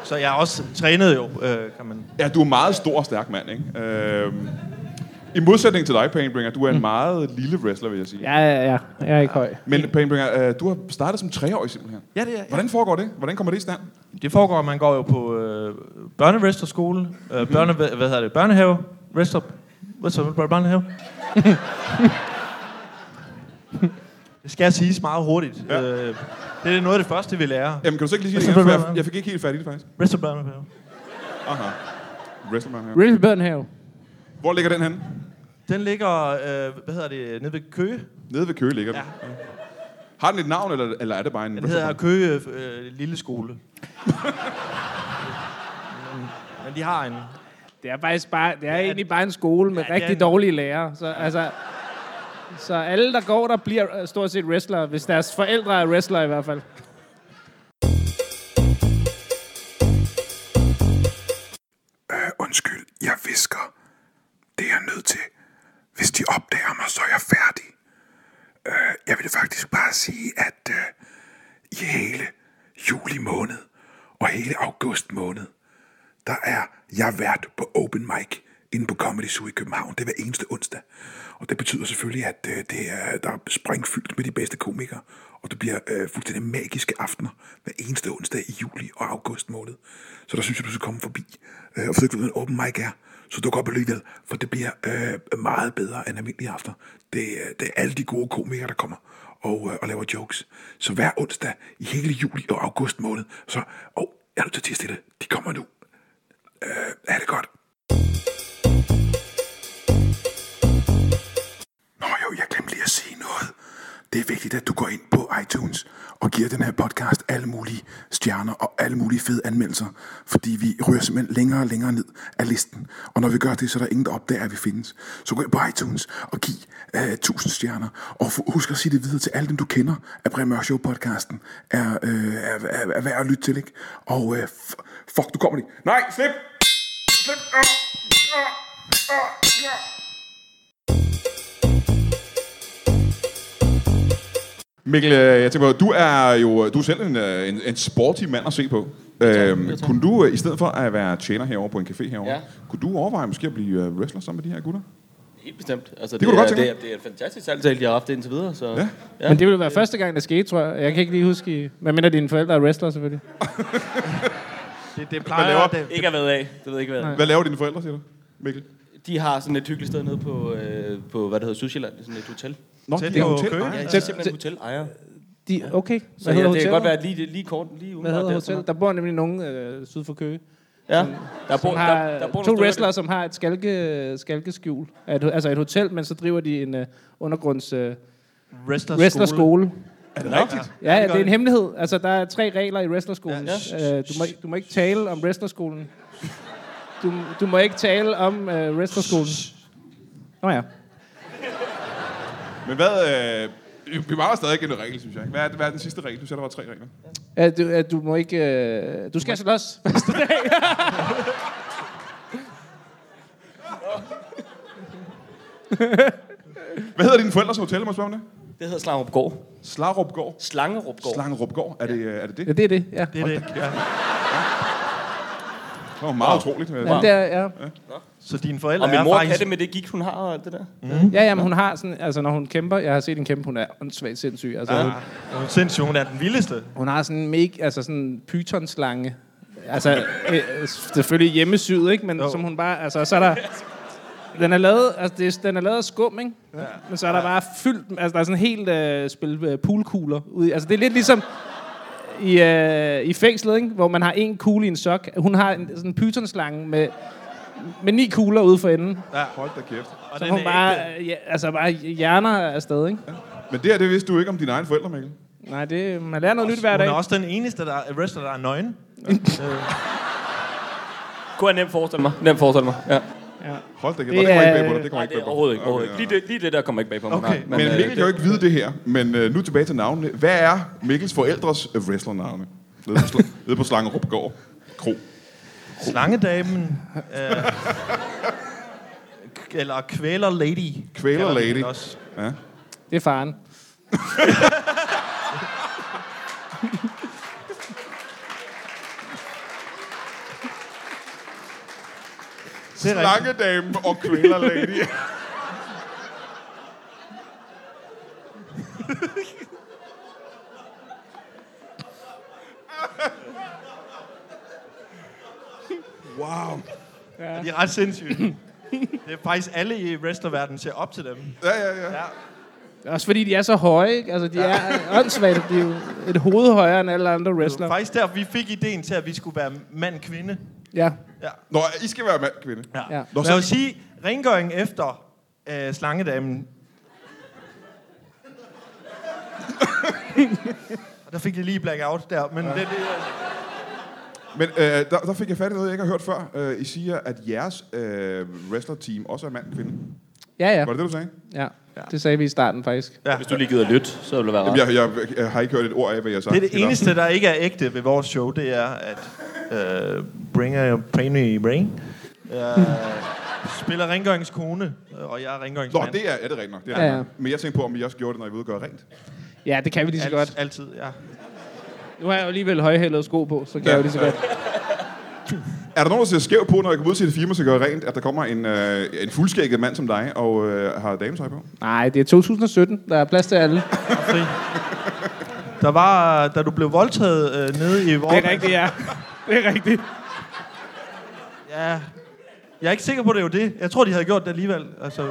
[SPEAKER 5] Så jeg har også trænet jo, øh, kan man...
[SPEAKER 2] Ja, du er en meget stor og stærk mand, ikke? Øhm, I modsætning til dig, Painbringer, du er en meget lille wrestler, vil jeg sige.
[SPEAKER 4] Ja, ja, ja. Jeg er ikke høj.
[SPEAKER 2] Men Painbringer, øh, du har startet som treårig simpelthen.
[SPEAKER 5] Ja, det er. Ja.
[SPEAKER 2] Hvordan foregår det? Hvordan kommer det i stand?
[SPEAKER 5] Det foregår, at man går jo på øh, børnewrestlerskole, øh, børne, hvad hedder det, børnehave, wrestler, wrestler, børnehave. det skal siges meget hurtigt.
[SPEAKER 2] Ja.
[SPEAKER 5] Ja. Øh, det er noget af det første, vi lærer.
[SPEAKER 2] Jamen, kan du så ikke lige sige det
[SPEAKER 5] Wrestler
[SPEAKER 2] igen? For Jeg,
[SPEAKER 5] Børnehave.
[SPEAKER 2] jeg fik ikke helt fat i det, faktisk.
[SPEAKER 5] Wrestler børnehave.
[SPEAKER 2] Aha. Wrestlerman her.
[SPEAKER 4] Riddle Børnhave.
[SPEAKER 2] Hvor ligger den henne?
[SPEAKER 5] Den ligger, øh, hvad hedder det, nede ved Køge.
[SPEAKER 2] Nede ved Køge ligger den.
[SPEAKER 5] Ja.
[SPEAKER 2] Har den et navn, eller, eller er det bare en
[SPEAKER 5] Den hedder
[SPEAKER 2] wrestlerbar?
[SPEAKER 5] Køge øh, Lille Skole. men, men de har en.
[SPEAKER 4] Det er faktisk bare, det er egentlig bare en skole med
[SPEAKER 5] Ja, det er
[SPEAKER 4] rigtig
[SPEAKER 5] en-
[SPEAKER 4] dårlige lærere. Så, altså, så alle, der går der, bliver øh, stort set wrestlere, hvis deres forældre er wrestlere i hvert fald.
[SPEAKER 6] Øh, undskyld, jeg visker. Det er jeg nødt til. Hvis de opdager mig, så er jeg færdig. Øh, jeg vil faktisk bare sige, at øh, i hele juli måned og hele august måned, der er jeg vært på Open Mic inde på Comedy Zoo i København. Det er hver eneste onsdag. Og det betyder selvfølgelig, at øh, det er, der er sprængfyldt med de bedste komikere. Og det bliver øh, fuldstændig magiske aftener hver eneste onsdag i juli og august måned. Så der synes jeg, du skal komme forbi. Øh, og hvis du ikke ved, hvad en open mic er, så duk op alligevel, for det bliver øh, meget bedre end almindelige aftener. Det, øh, det er alle de gode komikere, der kommer og, øh, og laver jokes. Så hver onsdag i hele juli og august måned, så... Og jeg er nødt til at tie stille. De kommer nu. Øh, er det godt? Nå jo, jeg glemte lige at sige noget. Det er vigtigt, at du går ind på iTunes og giver den her podcast alle mulige stjerner og alle mulige fede anmeldelser, fordi vi ryger simpelthen længere og længere ned af listen. Og når vi gør det, så er der ingen, der opdager, at vi findes. Så gå ind på iTunes og giv øh, 1000 stjerner, og fu- husk at sige det videre til alle dem, du kender, at Brian Mørk Show-podcasten er, øh, er, er, er værd at lytte til, ikke? Og øh, f- fuck, du kommer lige.
[SPEAKER 2] Nej, slip! Slip! Ah! Ah! Ah! Ah! Mikkel, øh, jeg tænker på, du er jo du er selv en, øh, en, en sporty mand at se på. Øhm,
[SPEAKER 3] tak.
[SPEAKER 2] kunne du, øh, i stedet for at være tjener herovre på en café herovre, ja.
[SPEAKER 7] Ja.
[SPEAKER 2] kunne du overveje måske at blive øh, wrestler sammen med de her gutter?
[SPEAKER 7] Helt bestemt. Altså, det,
[SPEAKER 2] kunne du godt
[SPEAKER 7] er,
[SPEAKER 2] tænke
[SPEAKER 7] det, er, det er et fantastisk salgtal, de har haft indtil videre. Så.
[SPEAKER 2] Ja.
[SPEAKER 7] ja.
[SPEAKER 4] Men det ville være første gang, det skete, tror jeg. Jeg kan ikke lige huske, hvad mindre dine forældre er wrestlere, selvfølgelig.
[SPEAKER 5] Det, det
[SPEAKER 2] Hvad
[SPEAKER 5] plejer
[SPEAKER 2] laver-
[SPEAKER 5] det.
[SPEAKER 7] Ikke at ved af. Det ved jeg ikke, hvad
[SPEAKER 2] Hvad laver dine forældre, siger du, Mikkel?
[SPEAKER 7] De har sådan et hyggeligt sted nede på, øh, på hvad det hedder, Sydsjælland. Sådan et hotel.
[SPEAKER 2] Nå,
[SPEAKER 5] Tæt
[SPEAKER 2] de er
[SPEAKER 5] på
[SPEAKER 2] hotel.
[SPEAKER 5] Køge.
[SPEAKER 2] Ej,
[SPEAKER 7] Ja, de er
[SPEAKER 4] det-
[SPEAKER 7] simpelthen
[SPEAKER 4] det-
[SPEAKER 7] hotelejer.
[SPEAKER 4] De, okay. Hvad
[SPEAKER 7] Så ja, det kan
[SPEAKER 4] hotellet?
[SPEAKER 7] godt være lige, lige kort, lige uden
[SPEAKER 4] Hvad hedder hotellet? Der bor nemlig nogen øh, syd for Køge.
[SPEAKER 7] Ja, der
[SPEAKER 4] Som
[SPEAKER 7] bor,
[SPEAKER 4] har
[SPEAKER 7] der, der bor nogle
[SPEAKER 4] to
[SPEAKER 7] stykker,
[SPEAKER 4] wrestlere, som har et skalke, skalkeskjul. Et, altså et hotel, men så driver de en øh, undergrunds øh,
[SPEAKER 5] Wrestlerskole.
[SPEAKER 4] wrestlerskole.
[SPEAKER 2] Er det rigtigt?
[SPEAKER 4] Ja, ja, det er en hemmelighed. Altså, der er tre regler i wrestlerskolen.
[SPEAKER 7] Ja.
[SPEAKER 4] Ja. Øh, du, må, du må ikke tale om wrestlerskolen. Du, du må ikke tale om øh, wrestlerskolen. Nå ja.
[SPEAKER 2] Men hvad... Øh, vi mangler stadig en regel, synes jeg. ikke? Hvad er, hvad er den sidste regel? Du sagde, der var tre regler.
[SPEAKER 4] Ja, du, øh, du må ikke... Øh, du skal slås første dag.
[SPEAKER 2] Hvad hedder dine forældres hotel, må jeg spørge om det?
[SPEAKER 7] Det hedder Slangerupgård.
[SPEAKER 2] Slarupgård.
[SPEAKER 7] Slangerupgård.
[SPEAKER 2] Slangerupgård. Er, det, øh, er det det?
[SPEAKER 4] Ja, det er det, ja.
[SPEAKER 5] Det er det. Ja.
[SPEAKER 2] var meget utroligt. vil jeg
[SPEAKER 4] Ja,
[SPEAKER 2] sige.
[SPEAKER 4] det er, ja.
[SPEAKER 5] Så dine forældre
[SPEAKER 7] Og min
[SPEAKER 5] er
[SPEAKER 7] mor
[SPEAKER 5] faktisk...
[SPEAKER 7] kan det med det gik, hun har og alt det der.
[SPEAKER 4] ja, jamen, hun har sådan, altså når hun kæmper, jeg har set en kæmpe, hun er åndssvagt sindssyg. Altså, hun,
[SPEAKER 5] Hun er sindssyg, hun er den vildeste.
[SPEAKER 4] hun, har sådan en mega, altså sådan en pythonslange. Altså, øh, selvfølgelig hjemmesyet, ikke? Men
[SPEAKER 5] Jo.
[SPEAKER 4] jo. som hun bare, altså, så er der... Den er lavet, altså, det, er- den er lavet af skum, ikke? Ja. Men så er der bare fyldt, altså der er sådan helt øh, spil øh, poolkugler ude. i- Altså det er lidt ligesom i, øh, i fængslet, ikke? Hvor man har en kugle i en sok. Hun har en, sådan en pythonslange med, med ni kugler ude for enden.
[SPEAKER 2] Hold da kæft.
[SPEAKER 5] Og
[SPEAKER 4] Så
[SPEAKER 5] den
[SPEAKER 4] hun
[SPEAKER 5] er ægte.
[SPEAKER 4] bare, øh, ja, altså bare hjerner afsted, ikke?
[SPEAKER 2] Men det her, det vidste du ikke om dine egne forældre, Mikkel.
[SPEAKER 4] Nej, det, man lærer noget nyt hver
[SPEAKER 5] Hun
[SPEAKER 4] dag.
[SPEAKER 5] er også den eneste der er, wrestler, der er nøgen.
[SPEAKER 7] Kunne jeg nemt forestille mig. Nemt forestille mig, ja.
[SPEAKER 2] Hold da kæft.
[SPEAKER 4] Det
[SPEAKER 2] Det, det kommer
[SPEAKER 4] er-
[SPEAKER 2] ikke bag på dig. Det
[SPEAKER 7] Nej,
[SPEAKER 2] kommer
[SPEAKER 7] det
[SPEAKER 2] ikke bag
[SPEAKER 7] er
[SPEAKER 2] på dig.
[SPEAKER 7] overhovedet ikke. Overhovedet.
[SPEAKER 2] Okay,
[SPEAKER 7] ikke. Lige, det, lige det der kommer ikke bag på mig.
[SPEAKER 5] Okay,
[SPEAKER 7] nej.
[SPEAKER 5] men
[SPEAKER 2] Men
[SPEAKER 7] øh,
[SPEAKER 2] Mikkel kan jo
[SPEAKER 7] det-
[SPEAKER 2] ikke vide det her, men øh, nu tilbage til navnene. Hvad er Mikkels forældres øh, wrestlernavne? Nede på, sl- nede på Slangerup Gård. Kro.
[SPEAKER 5] Slangedamen. Øh, k- eller kvæler lady.
[SPEAKER 2] Kvæler
[SPEAKER 5] kalder vi
[SPEAKER 2] lady.
[SPEAKER 5] hende også.
[SPEAKER 2] Ja.
[SPEAKER 4] Det er faren.
[SPEAKER 5] Det er rigtigt.
[SPEAKER 2] Slangedamen og kvælerlady. wow.
[SPEAKER 5] De er ret sindssyge. Det er faktisk alle i wrestlerverdenen ser op til dem.
[SPEAKER 2] Ja, ja, ja.
[SPEAKER 4] Også fordi de er så høje, ikke? Altså, de er åndssvagt. De er jo et hoved højere end alle andre
[SPEAKER 5] Det var
[SPEAKER 4] wrestlere.
[SPEAKER 5] faktisk der, vi fik ideen til, at vi skulle være mand-kvinde.
[SPEAKER 4] Ja,
[SPEAKER 2] Nå, I skal være mand, kvinde.
[SPEAKER 4] Ja.
[SPEAKER 5] Nå, så... Jeg vil sige, rengøring efter øh, slangedamen. Og der fik jeg lige blackout der, men ja. det, det,
[SPEAKER 2] Men øh, der, der fik jeg fat i noget, jeg ikke har hørt før. Øh, I siger, at jeres øh, wrestler-team også er mand kvinde.
[SPEAKER 4] ja, ja.
[SPEAKER 2] Var det det, du sagde?
[SPEAKER 4] ja. Det sagde vi i starten, faktisk.
[SPEAKER 7] Hvis du lige gider lytte, så vil det være rart.
[SPEAKER 2] Jeg, jeg, jeg har ikke hørt et ord af, hvad jeg har sagt.
[SPEAKER 5] det er det eneste, der ikke er ægte ved vores show, det er, at øh, Bringer your Brainy Brain øh, spiller rengøringskone, øh, og jeg er
[SPEAKER 2] Nå,
[SPEAKER 5] rengøringsmand.
[SPEAKER 2] det er, er det rent nok. Det er
[SPEAKER 4] Ja,
[SPEAKER 2] ja,
[SPEAKER 4] ja.
[SPEAKER 2] ja. Men jeg tænkte på, om I også gjorde det, når I var ude og gøre rent.
[SPEAKER 4] Ja, det kan vi lige så godt.
[SPEAKER 5] Alt, altid, ja.
[SPEAKER 4] Nu har jeg jo alligevel højhældede sko på, så kan jeg jo lige så godt.
[SPEAKER 2] Er der nogen, der ser skævt på, når jeg kommer ud til et firma, så gør rent, at der kommer en, øh, en fuldskægget mand som dig og øh, har dametøj på?
[SPEAKER 4] Nej, det er 2017. Der er plads til alle. Det
[SPEAKER 5] Fri. Der var, da du blev voldtaget øh, nede i vores...
[SPEAKER 4] ja. Det er rigtigt.
[SPEAKER 5] Ja. Jeg er ikke sikker på, det er jo det. Jeg tror, de havde gjort det alligevel. Altså,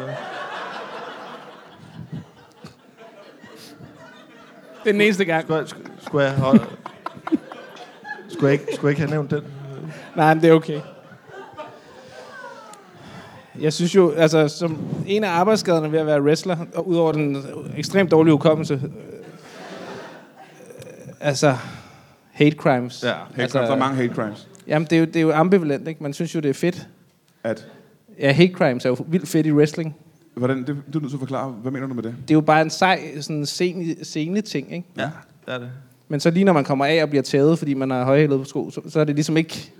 [SPEAKER 4] Det er den eneste gang.
[SPEAKER 5] skulle, jeg, skulle- skulle jeg holde... Skulle jeg, ikke, skulle jeg ikke have nævnt den?
[SPEAKER 4] Nej, men det er okay. Jeg synes jo, altså, som en af arbejdsskaderne ved at være wrestler, og udover den ekstremt dårlige hukommelse, øh, øh, altså, hate crimes.
[SPEAKER 2] Ja, hate altså, crimes. Der er mange hate crimes.
[SPEAKER 4] Jamen, det er, jo, det er jo ambivalent, ikke? Man synes jo, det er fedt.
[SPEAKER 2] At,
[SPEAKER 4] Ja, hate crimes er jo vildt fedt i wrestling.
[SPEAKER 2] hvordan, det, du er nødt til at forklare, hvad mener du med det?
[SPEAKER 4] Det er jo bare en sej sådan scene, scene ting, ikke?
[SPEAKER 5] Ja, det er det.
[SPEAKER 4] Men så lige når man kommer af og bliver tævet, fordi man har højhældet på sko, så, så er det ligesom ikke...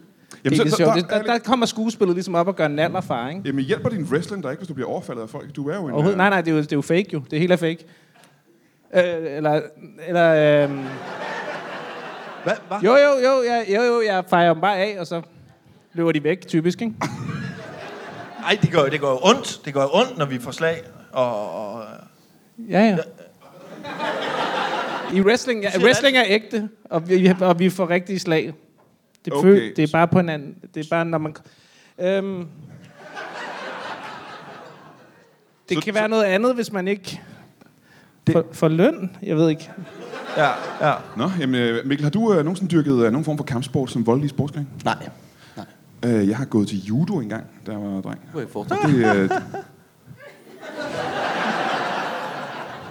[SPEAKER 4] Jamen, det er så, sjovt. Der, der, der, kommer skuespillet ligesom op og gør en alderfar, ikke?
[SPEAKER 2] Jamen hjælper din wrestling dig ikke, hvis du bliver overfaldet af folk? Du er jo en... øh,
[SPEAKER 4] Overhovedet. Nej, nej, det er jo, det er jo fake jo. Det hele er fake. Øh, eller, eller, øh,
[SPEAKER 5] Hvad? Hva?
[SPEAKER 4] jo, jo, jo, jeg, jo, jo, jeg fejrer dem bare af, og så løber de væk, typisk, ikke?
[SPEAKER 5] Ej, det går, det går jo ondt. Det går jo ondt, når vi får slag. Og, og
[SPEAKER 4] Ja, ja. I wrestling, ja,
[SPEAKER 5] siger
[SPEAKER 4] wrestling er ægte, og vi, og vi får rigtige slag. Det,
[SPEAKER 2] Okay.
[SPEAKER 4] okay. føl, det er bare på en anden... Det er bare, når man... Øhm, det
[SPEAKER 2] Så-
[SPEAKER 4] kan
[SPEAKER 2] så-
[SPEAKER 4] være noget andet, hvis man ikke
[SPEAKER 5] Det-
[SPEAKER 4] får, får løn. Jeg ved ikke.
[SPEAKER 5] ja, ja.
[SPEAKER 2] Nå, jamen, øh, Mikkel, har du øh, nogensinde dyrket øh, nogen form for kampsport som voldelig sportsgren?
[SPEAKER 7] Nej. Nej.
[SPEAKER 2] Øh, jeg har gået til judo engang, da jeg var dreng.
[SPEAKER 7] Kunne jeg ikke forestille mig.
[SPEAKER 2] Det, øh,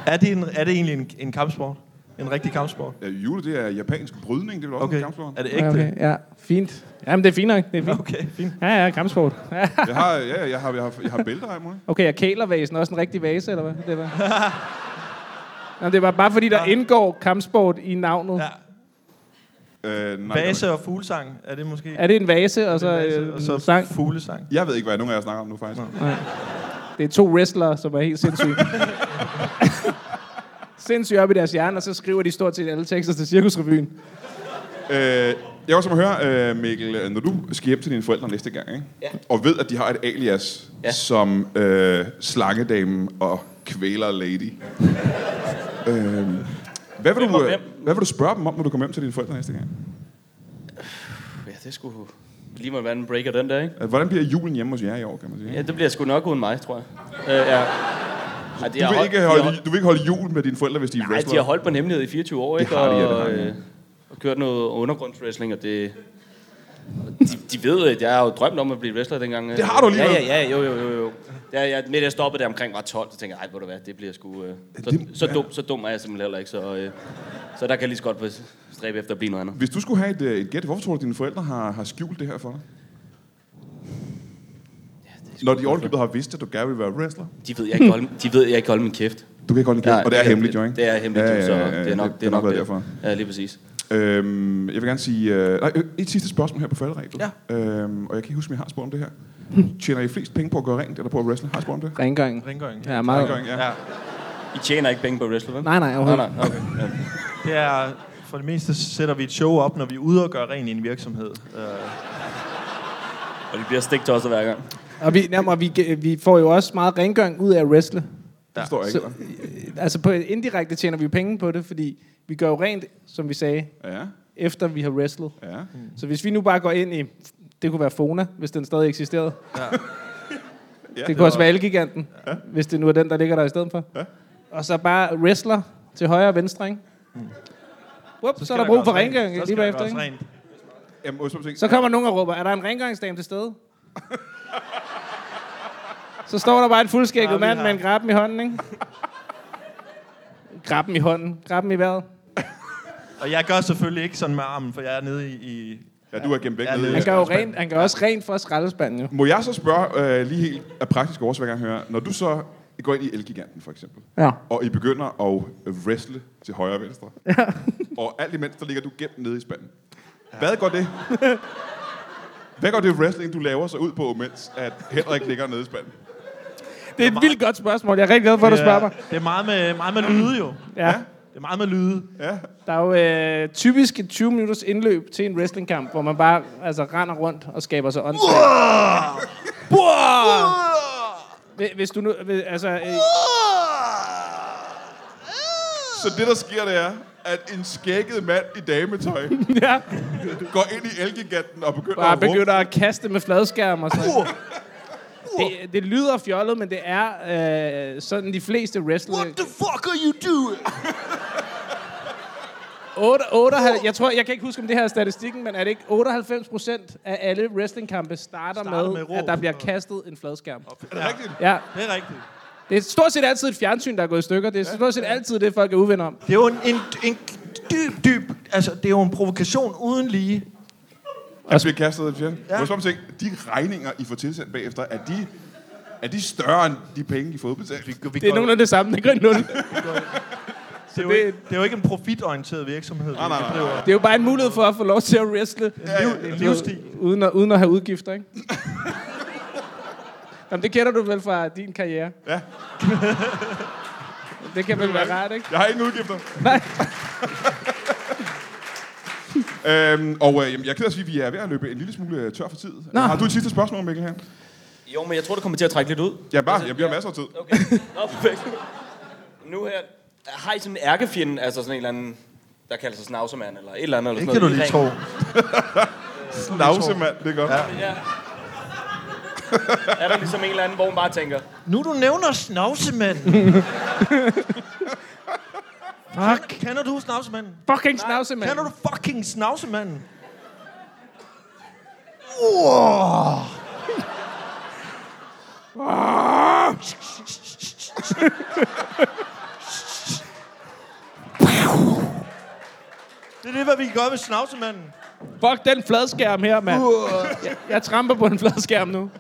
[SPEAKER 5] Er det, en, er det egentlig en, en kampsport? En rigtig kampsport?
[SPEAKER 2] øh, judo, det er japansk brydning, det er vel også okay.
[SPEAKER 5] Okay.
[SPEAKER 2] en kampsport?
[SPEAKER 5] Er det
[SPEAKER 4] Ja,
[SPEAKER 5] ægte?
[SPEAKER 4] Okay, ja, fint. Jamen, det er fint nok. Det er fint.
[SPEAKER 5] Okay, fint.
[SPEAKER 4] Ja, ja, kampsport. Ja.
[SPEAKER 2] Jeg har, ja, jeg har, jeg har, jeg har bælter af mig.
[SPEAKER 4] Okay, og kælervasen er også en rigtig vase, eller hvad? Det var. Nå, det var bare fordi, der indgår kampsport i navnet.
[SPEAKER 5] Ja.
[SPEAKER 2] Øh, nej,
[SPEAKER 5] Base og fuglesang, er det måske?
[SPEAKER 4] Er det en vase, og så,
[SPEAKER 5] Vase
[SPEAKER 4] øh,
[SPEAKER 5] og så
[SPEAKER 4] sang?
[SPEAKER 5] fuglesang.
[SPEAKER 2] Jeg ved ikke, hvad nogen af jer snakker om nu, faktisk.
[SPEAKER 4] Det er to wrestlere, som er helt sindssyge. sindssyge op i deres hjerne, og så skriver de stort set alle tekster til Cirkusrevyen.
[SPEAKER 2] Øh, Jeg vil også høre, øh, Mikkel, øh, når du skal hjem til dine forældre næste gang, ikke?
[SPEAKER 3] Ja.
[SPEAKER 2] og ved, at de har et alias
[SPEAKER 3] Ja.
[SPEAKER 2] som øh, slangedamen og kvæler lady. øh, hvad, vil
[SPEAKER 3] Hvem og
[SPEAKER 2] du, øh,
[SPEAKER 3] hvem?
[SPEAKER 2] hvad vil du spørge dem om, når du kommer hjem til dine forældre næste gang?
[SPEAKER 3] Ja, det skulle lige må være en breaker den der, ikke?
[SPEAKER 2] Øh, Hvordan bliver julen hjemme hos jer i år, kan man sige?
[SPEAKER 3] Ja, det bliver sgu nok uden mig, tror jeg. Øh, ja. Ej, det
[SPEAKER 2] Du
[SPEAKER 3] har
[SPEAKER 2] vil,
[SPEAKER 3] holdt-
[SPEAKER 2] ikke
[SPEAKER 3] de har
[SPEAKER 2] holde,
[SPEAKER 3] holdt-
[SPEAKER 2] du vil ikke holde jul med dine forældre, hvis de er
[SPEAKER 3] Nej, de har
[SPEAKER 2] wrestlere?
[SPEAKER 3] holdt på en hemmelighed i 24 år, ikke?
[SPEAKER 2] har de, ja, det har
[SPEAKER 3] og,
[SPEAKER 2] de.
[SPEAKER 3] øh, og kørt noget undergrundswrestling, og det... De, de ved, at jeg har jo drømt om at blive wrestler dengang. øh.
[SPEAKER 2] Det har du alligevel.
[SPEAKER 3] Ja, ja, ja, jo, jo, jo. jo. Ja, jeg, men jeg stoppede der omkring var 12, så tænkte jeg, ej, ved du hvad, det bliver sgu... Øh, så,
[SPEAKER 2] Det-
[SPEAKER 3] så, dum, så dum er jeg simpelthen heller ikke, så, øh, så der kan jeg lige så godt få- stræbe efter at blive noget andet.
[SPEAKER 2] Hvis du skulle have et, øh, et gæt, hvorfor tror du, at dine forældre har, har skjult det her for dig? Når de ordentligt har vidst, at du gerne vil være wrestler.
[SPEAKER 3] De ved, jeg ikke holde, de ved, jeg ikke holde min kæft.
[SPEAKER 2] Du kan ikke holde en kæft, og det er hemmeligt jo, ikke?
[SPEAKER 3] Det er hemmeligt, ja, ja, ja, ja, så det er nok det.
[SPEAKER 2] det, er nok været derfor.
[SPEAKER 3] Ja, lige præcis.
[SPEAKER 2] Øhm, jeg vil gerne sige... Øh, nej, øh, et sidste spørgsmål her på falderæbet. Ja. Øhm, og jeg kan ikke huske, om jeg har spurgt om det her. Tjener I flest penge på at gøre rent, eller på at wrestle? Har jeg spurgt om det?
[SPEAKER 4] Rengøring.
[SPEAKER 5] Rengøring.
[SPEAKER 4] Ja, meget.
[SPEAKER 2] Rengøring, ja. ja.
[SPEAKER 3] I tjener ikke penge på wrestling, vel?
[SPEAKER 4] Nej, nej, overhovedet.
[SPEAKER 3] nej, nej, okay. Ja.
[SPEAKER 5] Det er, for det meste sætter vi et show op, når vi er ude og gør ren i en virksomhed. Øh,
[SPEAKER 3] Og det bliver stik til os hver gang.
[SPEAKER 4] Og vi, jamen, og vi, vi får jo også meget rengøring ud af at wrestle.
[SPEAKER 2] Det står jeg ikke.
[SPEAKER 4] Så, øh, altså på indirekte tjener vi jo penge på det, fordi vi gør jo rent, som vi sagde,
[SPEAKER 2] Ja,
[SPEAKER 4] efter vi har wrestlet.
[SPEAKER 2] ja.
[SPEAKER 4] Så hvis vi nu bare går ind i, det kunne være Fona, hvis den stadig eksisterede. Ja. det, kunne også være Elgiganten, ja. hvis det nu er den, der ligger der i stedet for. Ja. Og så bare wrestler til højre og venstre, ikke? Mm. Ups, så, er der brug for rengøring lige bagefter, ikke?
[SPEAKER 5] ikke?
[SPEAKER 2] Jamen, og så,
[SPEAKER 4] Så kommer nogen og råber, er der en rengøringsdame til stede? så står der bare en
[SPEAKER 5] Ja,
[SPEAKER 4] fuldskægget
[SPEAKER 5] vi
[SPEAKER 4] mand
[SPEAKER 5] har-
[SPEAKER 4] med en grabben i hånden, ikke? grabben i hånden, grabben i vejret.
[SPEAKER 5] Og jeg gør selvfølgelig ikke sådan med armen, for jeg er nede i... i
[SPEAKER 2] ja, du er gemt væk
[SPEAKER 5] Ja,
[SPEAKER 2] nede.
[SPEAKER 4] Han
[SPEAKER 5] det-
[SPEAKER 4] gør jo rent, han gør også rent for skraldespanden, jo.
[SPEAKER 2] Må jeg så spørge øh, lige helt af praktisk årsag, jeg hører. Når du så går ind i Elgiganten, for eksempel,
[SPEAKER 4] Ja.
[SPEAKER 2] og I begynder at wrestle til højre og venstre, og alt imens, der ligger du gemt nede i spanden. Hvad går det? Hvad går det wrestling, du laver så ud på, mens at Henrik ligger nede i spanden?
[SPEAKER 4] Det er et vildt godt spørgsmål. Jeg er rigtig glad for, at du spørger mig.
[SPEAKER 5] Det er meget med, meget med lyde, jo.
[SPEAKER 4] Ja.
[SPEAKER 5] Det er meget med lyde.
[SPEAKER 4] Der er jo øh, typisk et 20 minutters indløb til en wrestlingkamp, hvor man bare altså, render rundt og skaber sig åndssvagt. Hvi- Hvis du nu... hvi- Altså, øh,
[SPEAKER 2] Så det, der sker, det er, at en skækket mand i dametøj
[SPEAKER 4] ja,
[SPEAKER 2] går ind i Elgiganten og begynder
[SPEAKER 4] bare
[SPEAKER 2] at råbe.
[SPEAKER 4] begynder at kaste med fladskærm og sådan det, det lyder fjollet, men det er øh, sådan de fleste wrestler... What the fuck are you doing? 8, 8, jeg tror, jeg kan ikke huske, om det her er statistikken, men er det ikke 98 procent af alle wrestlingkampe starter,
[SPEAKER 5] Starter
[SPEAKER 4] med,
[SPEAKER 5] med råb.
[SPEAKER 4] at der bliver kastet en fladskærm?
[SPEAKER 2] Er det rigtigt?
[SPEAKER 4] Ja,
[SPEAKER 5] Det er rigtigt.
[SPEAKER 4] Det er stort set altid et fjernsyn, der er gået i stykker. Det er stort set altid det, folk er uvenner om.
[SPEAKER 5] Det er jo en, en, en dyb, dyb... Altså, det er jo en provokation uden lige.
[SPEAKER 2] Jeg bliver kastet af fjern. Ja. Må jeg spørge om en ting? De regninger, I får tilsendt bagefter, er de, er de større end de penge, I får udbetalt?
[SPEAKER 5] Vi
[SPEAKER 4] Det er
[SPEAKER 5] går-
[SPEAKER 4] nogenlunde det samme. Det er, nul.
[SPEAKER 5] det, er jo ikke, det er jo ikke en profitorienteret virksomhed, nej,
[SPEAKER 2] nej, nej.
[SPEAKER 4] det er jo bare en mulighed for at få lov til at wrestle.
[SPEAKER 5] Det er en livsstil.
[SPEAKER 4] Uden at, uden at have udgifter, ikke? Jamen, det kender du vel fra din karriere.
[SPEAKER 2] Ja.
[SPEAKER 4] det kan vel være rart, ikke?
[SPEAKER 2] Jeg har ingen udgifter.
[SPEAKER 4] Nej.
[SPEAKER 2] Øhm, og øh, jamen, jeg er ked af at sige, at vi er ved at løbe en lille smule øh, tør for tid. Nå. Har du et sidste spørgsmål, Mikkel? Her?
[SPEAKER 3] Jo, men jeg tror, det kommer til at trække lidt ud.
[SPEAKER 2] Altså, Ja, bare. Jeg bliver masser af tid.
[SPEAKER 3] Okay. Nå, perfekt. Nu her. Har I sådan en ærkefjende, altså sådan en eller anden, der kalder sig snavsemand, eller et eller andet? Eller
[SPEAKER 5] Det
[SPEAKER 3] sådan
[SPEAKER 5] kan du
[SPEAKER 3] noget,
[SPEAKER 5] lige
[SPEAKER 3] i
[SPEAKER 5] tro.
[SPEAKER 3] ring?
[SPEAKER 2] Snavse, mand. Det er godt. Ja.
[SPEAKER 3] Ja. er der ligesom en eller anden, hvor man bare tænker,
[SPEAKER 5] Nu du nævner snavsemanden. Fuck. Kender du snavsemanden?
[SPEAKER 4] Fucking snavse, mand.
[SPEAKER 5] Kender du fucking snavsemanden? Det er det, hvad vi gør med snavsemanden.
[SPEAKER 4] Fuck den fladskærm her, mand.
[SPEAKER 5] Uh.
[SPEAKER 4] Jeg, jeg tramper på en fladskærm nu.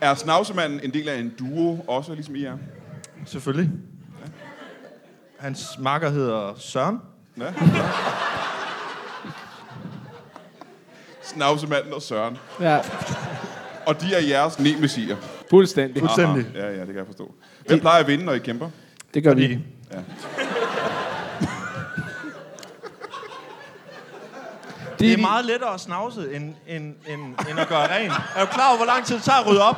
[SPEAKER 2] Er snavsemanden en del af en duo, også ligesom I er?
[SPEAKER 5] Selvfølgelig. Hans makker hedder Søren.
[SPEAKER 2] Ja. Snavsemanden og Søren.
[SPEAKER 4] Ja,
[SPEAKER 2] Og de er jeres nemesier.
[SPEAKER 4] fuldstændig.
[SPEAKER 5] Fuldstændig.
[SPEAKER 2] Ja, ja, det kan jeg forstå. Hvem plejer at vinde, når I kæmper?
[SPEAKER 4] Det gør vi.
[SPEAKER 5] Fordi, det er meget lettere at snavse, end, end, end, end at gøre rent. Er du klar over, hvor lang tid det tager at rydde op?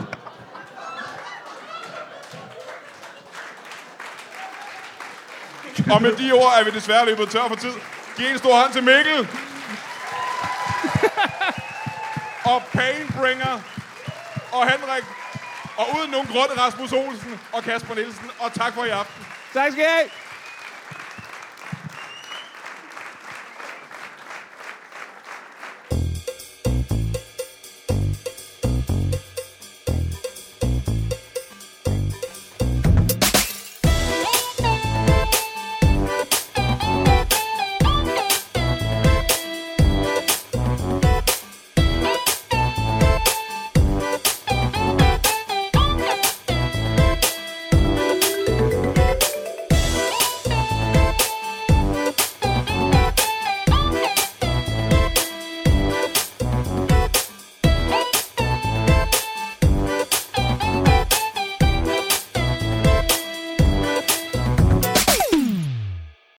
[SPEAKER 2] Og med de ord er vi desværre løbet tør for tid. Giv en stor hånd til Mikkel. og Painbringer. Og Henrik. Og uden nogen grund, Rasmus Olsen og Kasper Nielsen. Og tak for i aften.
[SPEAKER 4] Tak skal I have.